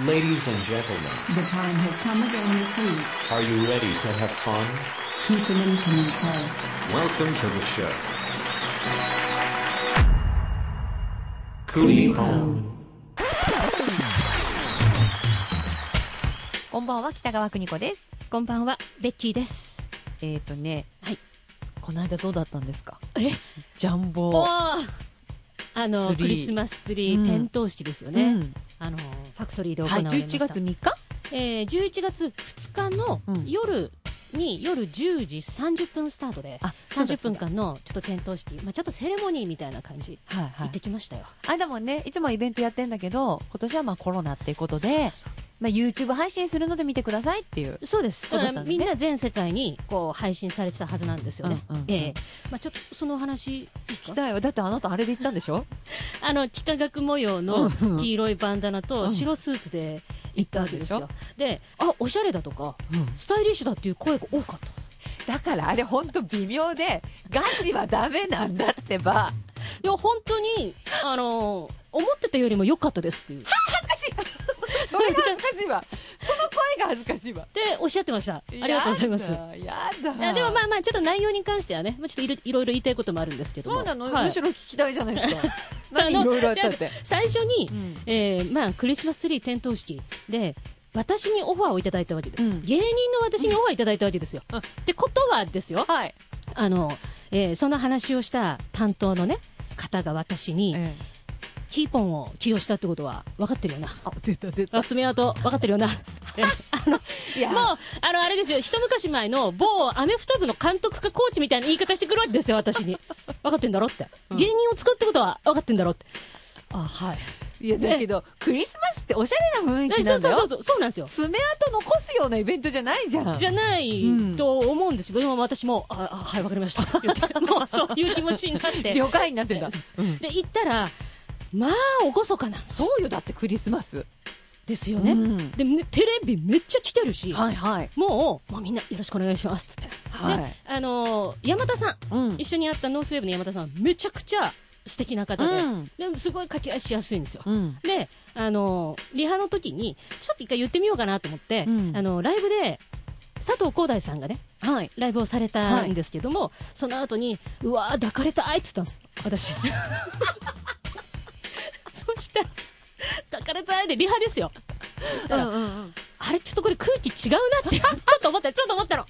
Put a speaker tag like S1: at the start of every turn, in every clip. S1: Ladies and gentlemen,
S2: The time has come again this week.
S1: are you ready to have fun?
S2: Keep them in Kamiko.
S3: Welcome to the show.
S1: Kuni
S4: こんばんは、北川邦子です。
S5: こんばんは、ベッキーです。
S4: えっ、ー、とね、
S5: はい
S4: この間どうだったんですか
S5: え
S4: ジャン
S5: おお
S4: ボ。
S5: あの、
S4: ツリー
S5: クリスマスツリ
S4: う
S5: ー
S4: ん
S5: 点灯式ですよね。
S4: うん
S5: あの、ファクトリーで行わ
S4: はい、
S5: れまし
S4: 11
S5: た。
S4: 月3日
S5: えー、11月2日の
S4: うん
S5: 夜に、夜10時30分スタートで、
S4: あそうだ
S5: 30分間のちょっと点灯式、まあちょっとセレモニーみたいな感じ、
S4: はいは
S5: 行っ
S4: い
S5: て。きましたよ。
S4: あ、でもね、いつもイベントやってんだけど、今年はまあコロナっていうことで、
S5: そうそう
S4: まあ YouTube 配信するので見てくださいっていう。
S5: そうです。
S4: そうだ
S5: だ
S4: った
S5: から
S4: んだね
S5: みんな全世界にこう配信されてたはずなんですよね。
S4: うんうんうん
S5: ええまあちょっとそのお話いいですか
S4: 聞きたいよ。だってあなたあれで行ったんでしょ
S5: あの、幾何学模様の黄色いバンダナと白スーツで行ったわけです
S4: 行
S5: よ。で、あ、おしゃれだとか、スタイリッシュだっていう声が多かった。
S4: だからあれほんと微妙で、ガチはダメなんだってば。
S5: いや、本当に、あの、思ってたよりも良かったですっていう。
S4: 恥ずかしい それが恥ずかしいわ。その声が恥ずかしいわ。
S5: で、おっしゃってました。ありがとうございます。い
S4: やだ。やだ
S5: やでもまあまあ、ちょっと内容に関してはね、まあ、ちょっといろいろいろ言いたいこともあるんですけども。
S4: そうなの、
S5: はい
S4: むしろ聞きたいじゃないですか。
S5: あ
S4: 何
S5: の
S4: いろいろあったって。
S5: 最初に、
S4: ん
S5: えーまあ、クリスマスツリー点灯式で、私にオファーをいただいたわけで、
S4: うん
S5: 芸人の私にオファーいただいたわけですよ。
S4: うん
S5: ってことはですよ、
S4: はい。
S5: あの、えーその話をした担当のね、方が私に、キーポンを起用したってことは分かってるよな。
S4: あ、出た出
S5: あ。爪痕分かってるよな。え あの、も
S4: いや
S5: う、あの、あれですよ、一昔前の某アメフト部の監督かコーチみたいな言い方してくるわけですよ、私に。分かってんだろって。芸人を使うってことは分かってんだろって。あ、はい。
S4: いや、だけど、クリスマスっておしゃれな雰囲
S5: え
S4: 気
S5: そ
S4: な
S5: うん
S4: だ
S5: そ
S4: よ。
S5: うそうそう、そうなんですよ。
S4: 爪痕残すようなイベントじゃないじゃん。
S5: じゃない
S4: うん
S5: と思うんですけど、今も私も、あ、あはい、わかりました。って言って、もうそういう気持ちになって。
S4: 旅館になってんだ。
S5: で、行ったら、まあ、おごそかなん
S4: そうよ、だってクリスマス。
S5: ですよね。
S4: うん
S5: で、ねテレビめっちゃ来てるし、
S4: はいはい。
S5: もう、もうみんなよろしくお願いしますって言って。
S4: はい
S5: で、あのー山田さん、
S4: うん
S5: 一緒にやったノースウェーブの山田さん、めちゃくちゃ素敵な方で、
S4: うん
S5: ですごい掛け合いしやすいんですよ。
S4: うん。
S5: で、あのーリハの時に、ちょっと一回言ってみようかなと思って、
S4: うん
S5: あのーライブで、佐藤光大さんがね、
S4: はい。
S5: ライブをされたんですけども、その後に、うわー、抱かれたいって言ったんです、 私。そしたら、抱かれたいで、リハですよ。
S4: うんうんうん。
S5: あれ、ちょっとこれ空気違うなって、ちょっと思った、ちょっと思ったの。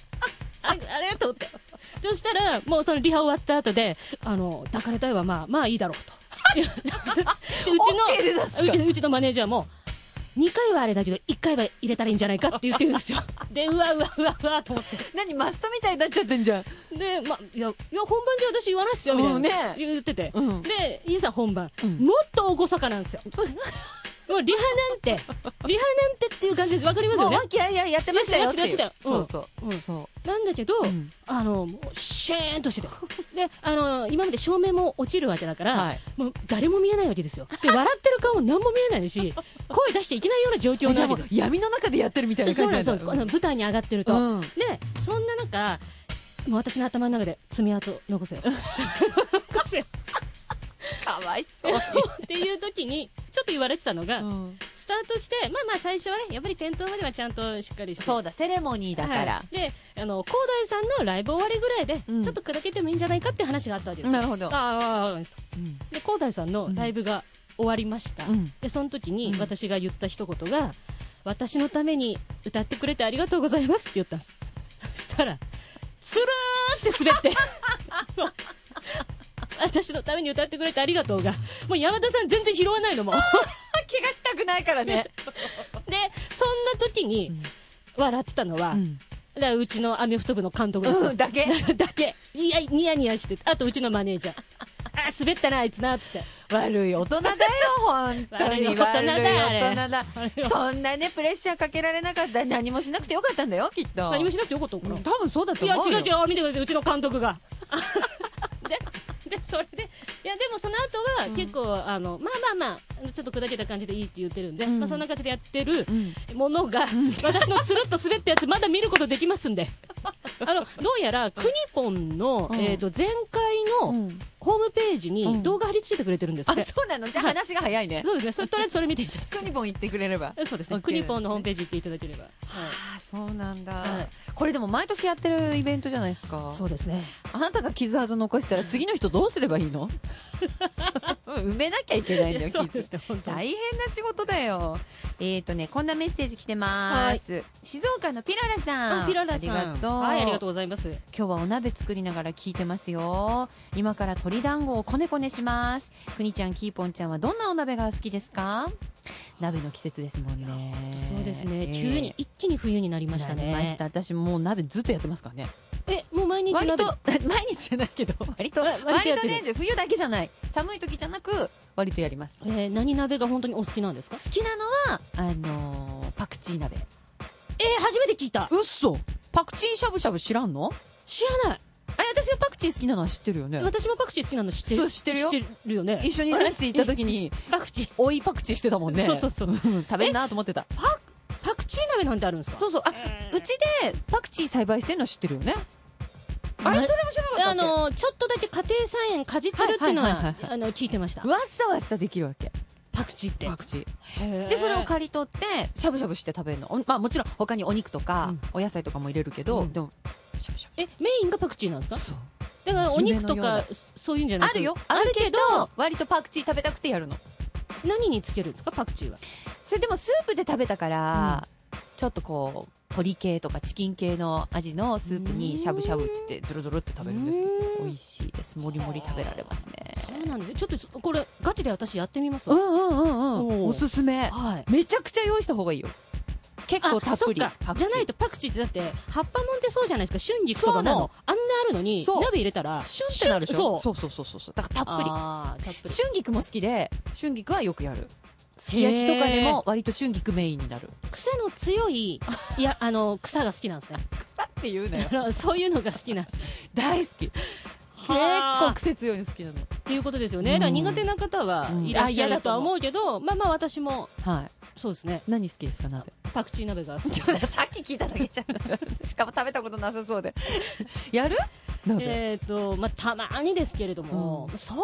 S5: あ、あれと思って。そしたら、もうそのリハ終わった後で、あの、抱かれたいはまあ、まあいいだろうと。いやで
S4: オッケーで出
S5: う
S4: す
S5: ちの、うちうちのマネージャーも、2回はあれだけど、1回は入れたらいいんじゃないかって言ってるんですよ。で、うわうわうわうわと思って。
S4: 何、マストみたいになっちゃってんじゃん。
S5: で、ま、いや、いや、本番じゃ私言わないっすよ、みたいな。
S4: うんね
S5: 言ってて。
S4: うん
S5: で、いざ本番、
S4: ん
S5: もっと厳かなんですよ。もうリハなんて、リハなんてっていう感じです。わかります
S4: も
S5: よ
S4: う、
S5: ね
S4: わ。きあいあいやってましたよっていう。
S5: やってたやってた
S4: そ
S5: や
S4: う
S5: ってた
S4: そ
S5: よ
S4: う。
S5: うん
S4: そ
S5: なんだけど、
S4: ん
S5: あの、もうシェーンとしてて。で、あの、今まで照明も落ちるわけだから、
S4: はい
S5: もう誰も見えないわけですよ。で、笑ってる顔も何も見えないし、声出していけないような状況
S4: う。じゃ
S5: な
S4: あも
S5: わ
S4: う
S5: けです。
S4: 闇の中でやってるみたいな感
S5: そう
S4: じ
S5: なん
S4: な
S5: で
S4: ん
S5: す、そう
S4: だ
S5: です。あの舞台に上がってると。
S4: うん
S5: で、そんな中、もう私の頭の中で爪痕残 せよ。残せよ。
S4: かわいそうに。
S5: っていう時に、ちょっと言われてたのが、
S4: うん
S5: スタートして、まあまあ最初はね、やっぱり店頭まではちゃんとしっかりして。
S4: そうだ、セレモニーだから
S5: は。いであの広大さんのライブ終わりぐらいで、
S4: うん
S5: ちょっと砕けてもいいんじゃないかっていう話があったわけですよ
S4: なるほど。
S5: ああわかりました
S4: うん
S5: で広大さんのライブが終わりました、
S4: うん
S5: でその時に
S4: うん
S5: 私が言った一言が、私のために歌ってくれてありがとうございます」って言ったんですそしたらつるーって滑ってもう私のために歌ってくれてありがとうがもう山田さん全然拾わないのも
S4: 怪我したくないから ね。
S5: でそんな時に笑ってたのは、だからうちのアメフト部の監督ですよ、
S4: うんだ け
S5: だけいやニヤニヤしてあとうちのマネージャーあ滑ったなあいつなっつって
S4: 悪い大人だよ、本当に。
S5: 悪い大人だよあれ
S4: 悪い大人だ
S5: 悪い大人
S4: そんなね、プレッシャーかけられなかったら何もしなくてよかったんだよ、きっと。
S5: 何もしなくてよかったのか
S4: う
S5: な、
S4: ん多分そうだと
S5: いや
S4: 思う
S5: 違
S4: よ。
S5: う違う見てくださいうちの監督が ででそれでいやでもその後は結構、あのまあまあまあちょっと砕けた感じでいいって言ってるんで、
S4: うん
S5: まあ、そんな感じでやってる
S4: ん
S5: ものが、私のつるっと滑ったやつまだ見ることで きますんであのどうやらクニポンの、
S4: うん
S5: えー、と前回の、
S4: うん
S5: ホームページに動画貼り付けてくれてるんですっ
S4: あ
S5: て、
S4: そうなのじゃあ
S5: はい
S4: 話が早いね
S5: そうですねそれとりあえずそれ見ていただ
S4: クニポン行ってくれれば
S5: く そうですね
S4: OK
S5: クニポンのホームページ行っていただければ、はい
S4: あーそうなんだ、
S5: はい
S4: これでも毎年やってるイベントじゃないですか
S5: そうですね
S4: あなたが傷跡残したら次の人どうすればいい の埋めなきゃいけないんだよ
S5: そうで
S4: 傷
S5: すね本当に
S4: 大変な仕事だよえっ、ー、とねこんなメッセージ来てます、静岡のピララさん
S5: あピララさ
S4: あ
S5: ん
S4: りがとう,、
S5: はいありがとうございます
S4: 今日はお鍋作りながら聞いてますよ今から鶏団子をこねこねしますくにちゃんキーポンちゃんはどんなお鍋が好きですか鍋の季節ですもんね
S5: そうですね、
S4: えー
S5: 急に一気に冬になりましたね
S4: なりました私もう鍋ずっとやってますからね
S5: えもう毎日
S4: 割
S5: 鍋
S4: と 毎日じゃないけど割と
S5: わ
S4: 割
S5: 割と
S4: と
S5: やってる
S4: 年中冬だけじゃない寒い時じゃなく割とやります
S5: えー何鍋が本当にお好きなんですか
S4: 好きなのはあのーパクチー鍋
S5: えー初めて聞いた
S4: うっそパクチーしゃぶしゃぶ知らんの
S5: 知らない
S4: あれ私がパクチー好きなのは知ってるよね
S5: 私もパクチー好きなの知ってる
S4: そう知ってるよ
S5: 知ってるよね
S4: 一緒にランチ行った時に
S5: パクチー
S4: 追いパクチーしてたもんね
S5: そうそうそう
S4: うん食べんなと思ってた
S5: パクチー鍋なんてあるんですか
S4: そうそうあ
S5: えー
S4: うちでパクチー栽培してんの知ってるよねあ
S5: な
S4: れそれも知らなかったっけ
S5: あのちょっとだけ家庭菜園かじってるっていうの
S4: はいはいはい
S5: は
S4: はい
S5: あの聞いてました
S4: わっさわっさできるわけ
S5: パクチーって
S4: パクチー
S5: へー
S4: でそれを刈り取ってしゃぶしゃぶして食べるのおまあもちろん他にお肉とか、お野菜とかも入れるけど、
S5: うん
S4: でもしゃぶしゃぶ
S5: えメインがパクチーなんですか
S4: そう
S5: だからお肉と
S4: 夢のよ
S5: かそそういうんじゃな
S4: あ
S5: くて
S4: るよ
S5: あ
S4: あ
S5: る
S4: る
S5: け
S4: け
S5: ど
S4: ど割とパクチー食べたくてやるの
S5: 何につけるんですかパクチーは
S4: それでもスープで食べたから、ちょっとこう鶏系とかチキン系の味のスープにしゃぶしゃぶっつってズルズルって食べるんですけ
S5: う
S4: ど
S5: ん
S4: 美味しいですもりもり食べられますね
S5: そうなんですよちょっとそこれガチで私やってみます
S4: う
S5: わ
S4: んうんうんう
S5: お
S4: ん
S5: う
S4: おすすめ
S5: はい
S4: めちゃくちゃ用意した方がいいよ結構たっぷり
S5: あそっ
S4: パ
S5: か
S4: クチ
S5: じゃ
S4: ー
S5: ないとパクチーってだって葉っぱもんってそうじゃないですか春菊と
S4: そ
S5: か
S4: うな
S5: も
S4: の
S5: あんなあるのに
S4: そう
S5: 鍋入れたら
S4: シュンってなるでしょ
S5: そう
S4: そうそうそうそうそうだからたっぷり
S5: あーたっぷり
S4: 春菊も好きで春菊はよくやるすき焼きとかでも割と春菊メインになる
S5: 癖の強いいやあの草が好きなんですね
S4: だって言うなよ
S5: あの そういうのが好きなんですね
S4: 大好き結
S5: はあ
S4: 構癖強いの好きなの
S5: っていうことですよね、だから苦手な方は
S4: うん
S5: いらっしゃるとは思うけど、まあまあ私も
S4: はい
S5: そうですね
S4: 何好きですか鍋
S5: パクチー鍋が好き
S4: ちょ っと さっき聞いただけじゃんしかも食べたことなさそうで やる鍋
S5: えっ、とまあたまにですけれども、そんな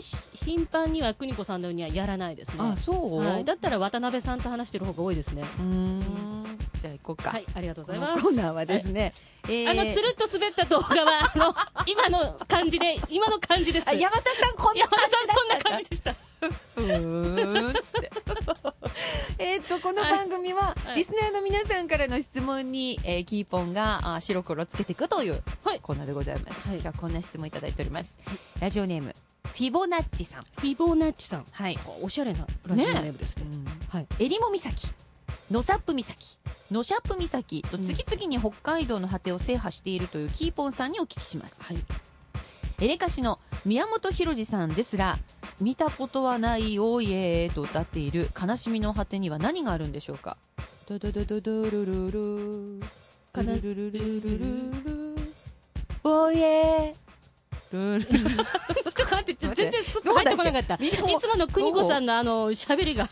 S5: し頻繁には邦子さんのようにはやらないですね
S4: あそう
S5: はい、
S4: う
S5: だったら渡辺さんと話してる方が多いですね
S4: ーんじゃあ行こうか
S5: はいありがとうご
S4: こ
S5: ざい
S4: の
S5: ます
S4: コーナーはですねえ
S5: あ
S4: ー
S5: のつるっと滑った動画はあの今の感じで今の感じです
S4: あ
S5: 山
S4: 山田さんこんな
S5: 田
S4: 感
S5: さ
S4: じだ
S5: んそんな
S4: った
S5: 感じでした
S4: うーんつってえーっとこの番組は、
S5: はい
S4: リスナーの皆さんからの質問に、えーキーポンがあ白黒つけていくという
S5: はい
S4: コーナーでございます、
S5: はい
S4: 今日はこんな質問いただいております、ラジオネームフィボナッチさん
S5: フィボナッチさん
S4: はい、
S5: おしゃれなラジオネームですねはい
S4: 襟裳岬ノサップ岬ノシャップ岬と次々に北海道の果てを制覇しているというキーポンさんにお聞きします
S5: はい
S4: エレカシの宮本浩次さんですら見たことはないおいえーと歌っている悲しみの果てには何があるんでしょうかドドドドドルルル
S5: かな
S4: ルルルルルルルおいえールルルル
S5: ちょっと待っ
S4: 待
S5: て、
S4: って
S5: 全然スッと入ってこなかった。
S4: どうだっけ
S5: いつもの邦子さんのあの、喋りが。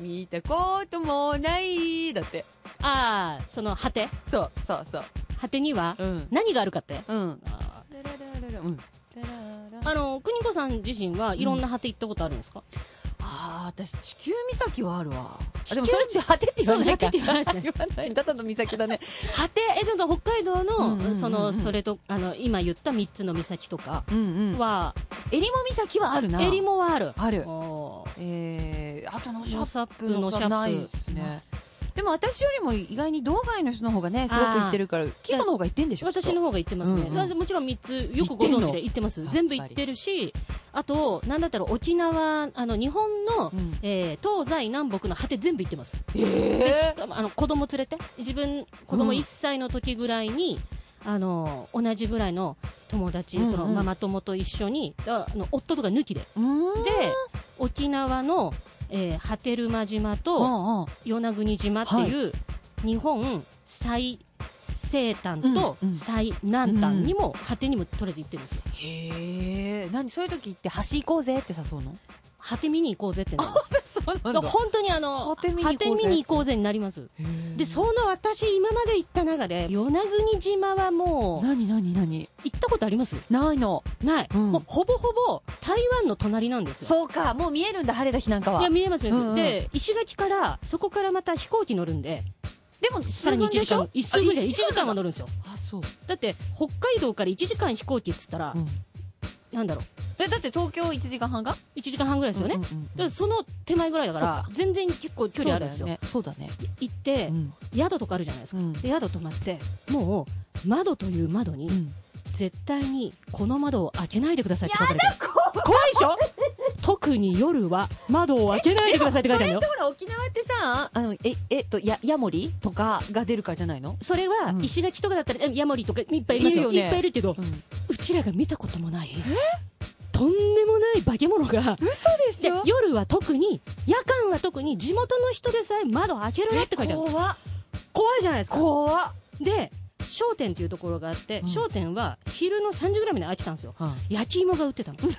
S4: 見たこともないだって
S5: ああ、その、果て
S4: そうそうそう
S5: 果てには、
S4: うん
S5: 何があるかって。
S4: うん
S5: あ
S4: ラララララうんラララ
S5: ーあの、邦子さん自身はいろんな果て行ったことあるんですか、
S4: あー私地球岬はあるわ
S5: 地
S4: あ
S5: 球
S4: でもそれち果てって言わないか
S5: そう地果てって言わな いで
S4: 言わないただの岬だね
S5: 果てえ、ちょっと北海道
S4: うんうんうんう
S5: の、
S4: ん
S5: その、それと、あの、今言った3つの岬とか
S4: うんうん
S5: は、
S4: 襟裳岬はあるな
S5: 襟裳はある。
S4: ある
S5: おー
S4: えー、あとのシャ
S5: ノ
S4: ッ
S5: サッ
S4: プ
S5: プ、
S4: の
S5: ノシャップ。
S4: ないですねでも私よりも意外に道外の人の方がねすごく行ってるからキモの方が行ってんでしょ
S5: 私の方が言ってますね、
S4: うんうん
S5: だからもちろん3つよくご存知で言ってます
S4: の
S5: 全部言ってるしあとなんだったら沖縄あの日本の、
S4: うん
S5: えー東西南北の果て全部言ってます、
S4: え
S5: でしかもあの子供連れて自分子供
S4: うん
S5: 1歳の時ぐらいに、あの同じぐらいの友達、
S4: うんうん
S5: そのママ友と一緒にああの夫とか抜きで
S4: うーん
S5: で沖縄の、えー、波照間島
S4: う
S5: と
S4: んうん
S5: 与那国島っていう、日本最西端と
S4: うんうん
S5: 最南端にも、果てにもとりあえず行ってるんですよ
S4: へえ何そういう時って橋行こうぜって誘うの
S5: 果て見に行こうぜってなります
S4: そそうなんだ
S5: 本当にあの
S4: 果て見に行こうぜ
S5: 果て見に行こうぜになりますでその私今まで行った中で与那国島はもう
S4: 何何何
S5: 行ったことあります
S4: ないの
S5: ない、
S4: うん
S5: もうほぼほぼ台湾の隣なんですよ
S4: そうかもう見えるんだ晴れた日なんかはい
S5: や見えます見えます、
S4: うんうん
S5: で石垣からそこからまた飛行機乗るんで
S4: でも
S5: さらに1時間一
S4: 数
S5: 数
S4: 分
S5: 分
S4: で
S5: で
S4: しょ
S5: 1時間は
S4: あ
S5: 乗るんですよ
S4: あそう、
S5: だって北海道から1時間飛行機っつったら、
S4: うん、
S5: なんだろ
S4: えだって東京1時間半が
S5: う1時間半ぐらいですよね、
S4: うん
S5: だ
S4: うんうん
S5: からその手前ぐらいだから
S4: そう
S5: 全然結構距離あるんですよ
S4: そうだよね
S5: 行っ
S4: そ
S5: て、
S4: うだね
S5: 宿とかあるじゃないですか、
S4: うん
S5: で宿泊まってもう窓という窓に、
S4: うん、うん、
S5: 絶対にこの窓を開けないでくださいって書かれてる怖いでしょ特に夜は窓を開けないでくださいって書いてあるのよ
S4: でもそれってほら沖縄ってさあのええっとやヤモリとかが出るからじゃないの、
S5: それは
S4: うん
S5: 石垣とかだったらえヤモリとかいっぱいいますよ
S4: いるよね
S5: いっぱいいるけど
S4: うん、
S5: うちらが見たこともないとんでもない化け物が
S4: そうで
S5: で夜は特に夜間は特に地元の人でさえ窓開けるなって書いてあるの
S4: 怖っ
S5: 怖いじゃないですか
S4: 怖っ、
S5: で商店っていうところがあって、
S4: うん
S5: 商店は昼の3時ぐらいまで開いてたんですよ
S4: うん
S5: 焼き芋が売ってたの、
S4: うん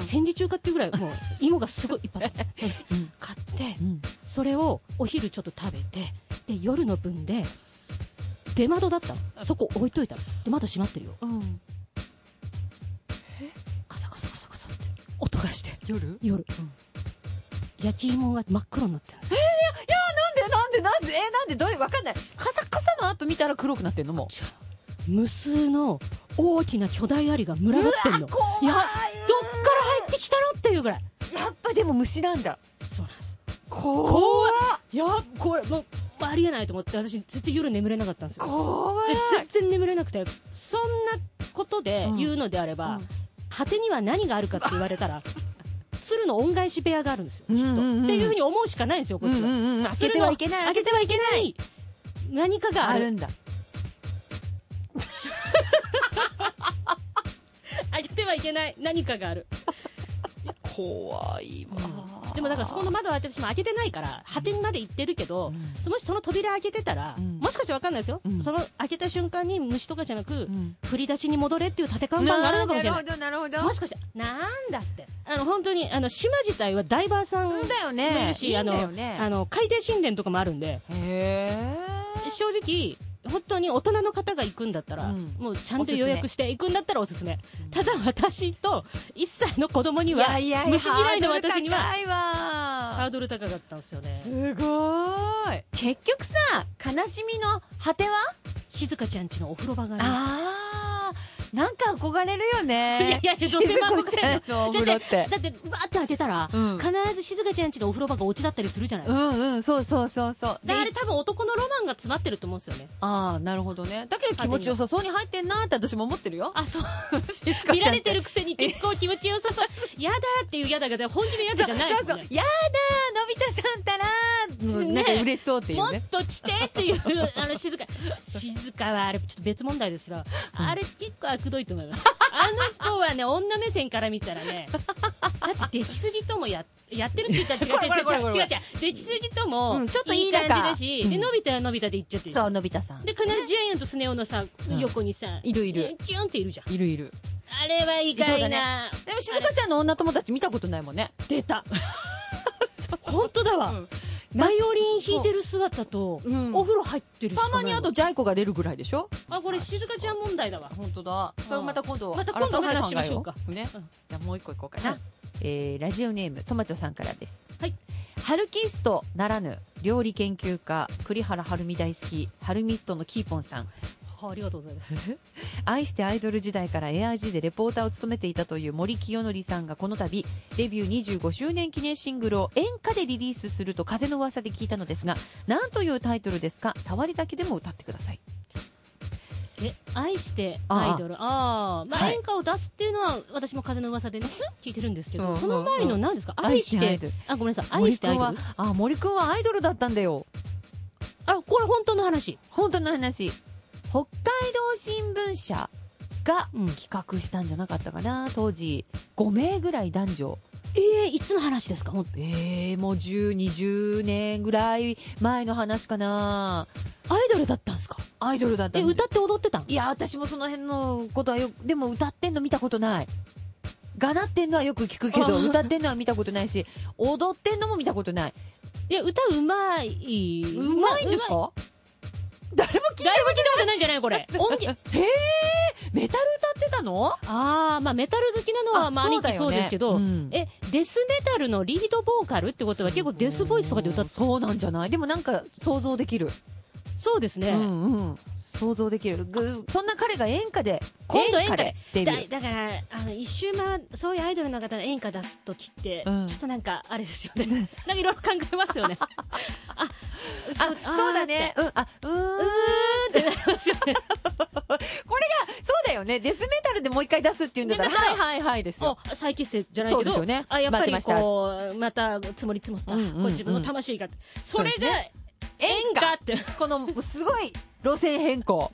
S5: 戦時中かっていうぐらいもう芋がすごいいっぱいあ って
S4: うん
S5: 買って
S4: うん、
S5: それをお昼ちょっと食べてで夜の分で出窓だったのそこ置いといたので窓閉まってるよ
S4: うん、
S5: カサカサカサカサって音がして
S4: 夜なんで
S5: 夜、焼き芋が真っ黒になってるんです
S4: なんでなんでえなんでどういうわかんないカサカサの後見たら黒くなってんのもう
S5: 違うの無数の大きな巨大アリが群がってんの
S4: うわ怖い
S5: いやどっから入ってきたのっていうぐらい
S4: やっぱでも虫なんだ
S5: そうなんです
S4: 怖っ
S5: 怖っいやこれもうありえないと思って私ずっと夜眠れなかったんですよ
S4: 怖い
S5: で全然眠れなくてそんなことで言うのであれば、
S4: うん
S5: 果てには何があるかって言われた ら鶴の恩返し部屋があるんですよきっと、
S4: うんうんうん
S5: っていうふうに思うしかないんですよこっちは、
S4: うんうんうん開けてはいけない
S5: 開けてはいけない何かがあ
S4: あ
S5: る
S4: るんだ
S5: 開けてはいけない何かがある
S4: 怖いわ
S5: でもだからそこの窓は私も開けてないから果てにまで行ってるけど、もしその扉開けてたら、
S4: うん
S5: もしかしたら分かんないですよ、
S4: うん
S5: その開けた瞬間に虫とかじゃなく、
S4: ん
S5: 振り出しに戻れっていう立て看板があるのかもしれない
S4: なるほどなるほど
S5: もしかしてなんだってあの本当にあの島自体はダイバーさん
S4: そう
S5: も
S4: だよね
S5: いるし、
S4: いい
S5: あ
S4: ん
S5: の
S4: だよね
S5: あの海底神殿とかもあるんで
S4: へえ
S5: 正直本当に大人の方が行くんだったら、
S4: うん
S5: もうちゃんと予約して行くんだったらおすすめただ私と1歳の子供に
S4: い
S5: は
S4: やいや
S5: 虫嫌いの私には
S4: 高いわ
S5: ハードル高かったんですよね
S4: すごい結局さ悲しみの果ては
S5: 静香ちゃんちのお風呂場がね
S4: あーなんか憧れるよね
S5: いやいや女性
S4: 静
S5: は
S4: 子
S5: 憧
S4: ち
S5: れ
S4: ゃ
S5: る
S4: んのお風呂って
S5: だってわーって開けたら、
S4: うん
S5: 必ず静香ちゃんちのお風呂場がオチだったりするじゃないで
S4: う
S5: すか、
S4: んうんそうそうそうそう
S5: で
S4: で
S5: あれ多分男のロマンが詰まってると思うんですよね
S4: ああなるほどねだけど気持ちよさそうに入ってんなって私も思ってるよ
S5: あそう
S4: 静香ちゃんって
S5: 見られてるくせに結構気持ちよさそう やだっていうやだが本気でやだじゃないです
S4: そ
S5: よ
S4: うそう
S5: ね
S4: やだのび太さんたらーな
S5: ね
S4: んか嬉しそうってい
S5: も
S4: う
S5: っ
S4: ね
S5: と来てっていうあの静か静かはあれちょっと別問題ですけど、あれ結構悪どいと思いますあの子はね女目線から見たらねだってできすぎともややってるって言っ たら違う違う違う違う違う違うできすぎとも、
S4: うんちょっとい
S5: い
S4: い
S5: い
S4: だ
S5: 感
S4: か
S5: じだし、で
S4: うん
S5: 伸びたら伸びたで言っちゃってる
S4: そうのび太さん
S5: で必ずジャイアントスネ夫のさ、
S4: うん
S5: 横にさ
S4: いるいる
S5: キュンっているじゃん
S4: いるいる
S5: あれはいか
S4: そう
S5: い
S4: だ
S5: な、
S4: ねでも静香ちゃんの女友達見たことないもんね
S5: 出た 本当だわ、
S4: うん
S5: バイオリン弾いてる姿と、
S4: うん
S5: お風呂入ってる
S4: たまにあとジャイ子が出るぐらいでしょ
S5: あこれ静香ちゃん問題だわ
S4: 本当だそれまた今度
S5: また今
S4: 改
S5: 度
S4: めて考え
S5: 話しましょうか
S4: よね、
S5: うん
S4: じゃあもう一個いこうか
S5: は、
S4: ないえーラジオネームトマトさんからです
S5: はい
S4: ハルキストならぬ料理研究家栗原はるみ大好きハルミストのキーポンさん
S5: ありがとうございます
S4: 愛してアイドル時代から AIG でレポーターを務めていたという森清則さんがこの度デビュー25周年記念シングルを演歌でリリースすると風の噂で聞いたのですが何というタイトルですか触りだけでも歌ってください
S5: え愛してアイドルああまあ、
S4: はい
S5: 演歌を出すっていうのは私も風の噂でね 聞いてるんですけど、
S4: うん
S5: その前の何ですか、
S4: うん
S5: 愛して
S4: 愛してアイドル
S5: あごめんなさい愛
S4: 森
S5: して
S4: く
S5: アイ
S4: ん
S5: ド
S4: は
S5: ル
S4: あ森くんはアイドルだったんだよ
S5: あこれ本当の話
S4: 本当の話北海道新聞社が
S5: うん
S4: 企画したんじゃなかったかな当時5名ぐらい男女
S5: ええいつの話ですか本
S4: えー、もう1020年ぐらい前の話かな
S5: 当アイドルだったんですか
S4: アイドルだった
S5: え
S4: んだよ
S5: 歌って踊ってたん
S4: いや私もその辺のことはよでも歌ってんの見たことないがなってんのはよく聞くけ
S5: あ
S4: ど
S5: ー
S4: 歌ってんのは見たことないし踊ってんのも見たことない
S5: いや、歌うまい。
S4: うまいんです
S5: うま
S4: か
S5: 誰も聞いたことないんじゃないこれ。音源。
S4: へえメタル歌ってたの
S5: あー、まあメタル好きなのは、まあ兄貴そうですけど、
S4: うん
S5: え、デスメタルのリードボーカルってことは結構デスボイスとかで歌って、
S4: そうなんじゃないでもなんか想像できる、
S5: そうですね。
S4: うんうん想像できるぐそんな彼が演歌で
S5: 今度演歌で
S4: デビュ
S5: だ
S4: ー
S5: だからあの一周回そういうアイドルの方の演歌出す時って、
S4: うん
S5: ちょっとなんかあれですよねなんかいろいろ考えま すよねあ
S4: あそうだねうんあうーん
S5: うーってうーんってなりますよ ね
S4: そうだよねデスメタルでもう一回出すっていうんだから
S5: ねだか
S4: はい
S5: ら
S4: はいはいですよ
S5: もう再結成じゃないけど
S4: そうですよね
S5: あやっぱり
S4: 待ってました
S5: こうまた積もり積もった、
S4: うんうんうん
S5: こう自分の魂がそれ
S4: そう
S5: が
S4: です
S5: 演歌って、
S4: このすごい路線変 更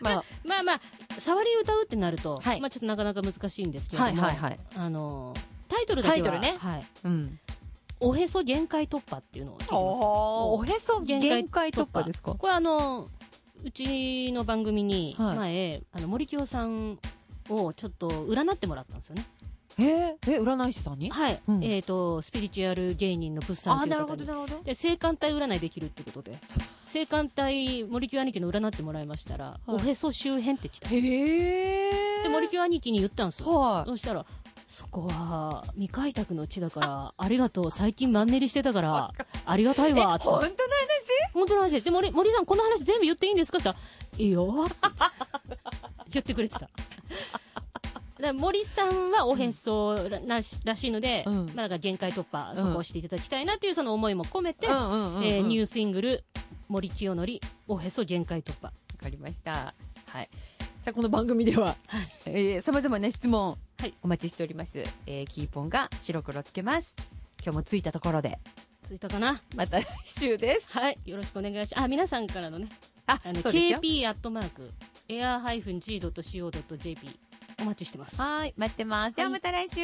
S4: まあ
S5: まあまあ触り歌うってなると、
S4: はい
S5: まあちょっとなかなか難しいんですけれど
S4: はい
S5: も、
S4: はいはい
S5: あのタイトルだけ
S4: タ
S5: は
S4: イトルね
S5: はい、
S4: うん
S5: おへそ限界突破っていうのを聞いてます
S4: おへそ限界突破ですか
S5: これあのうちの番組に
S4: はい
S5: 前、あの森清さんをちょっと占ってもらったんですよね
S4: へええ占い師さんに
S5: はい、
S4: うん
S5: えっ、とスピリチュアル芸人のブッさん
S4: あ
S5: という
S4: なる
S5: 方
S4: ほど
S5: に
S4: なるほど
S5: で性感帯占いできるってことで性感帯森清兄貴の占ってもらいましたら、
S4: い
S5: おへそ周辺ってきたで
S4: へえ
S5: 森清兄貴に言ったんですよ
S4: はい
S5: そしたらそこは未開拓の地だからありがとう最近マンネリしてたからありがたい
S4: え
S5: わ
S4: 本
S5: つって
S4: 当の話
S5: 本当の話で。で、森、森さん、この話全部言っていいんですかって言ったら、いいよって 言ってくれてた。だから森さんはおへそら,、しらしいので、
S4: うん
S5: まあ、だから限界突破、
S4: ん
S5: そこをしていただきたいなっていうその思いも込めて、
S4: うんうんうんうん
S5: えーニューシングル、森清則、おへそ限界突破。
S4: わかりました。はい。さあ、この番組では、えー、様々な質問、
S5: はい
S4: お待ちしております。えー、キーポンが白黒つけます。今日もついたところで、
S5: ついたかな
S4: また来週です。
S5: はい。よろしくお願いします。あ、皆さんからのね、
S4: あ
S5: あ、の、
S4: そうですよ。
S5: kp アットマーク、air-g.co.jp、お待ちしてます。
S4: はーい、待ってます。では
S5: はい
S4: また来週。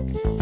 S3: 「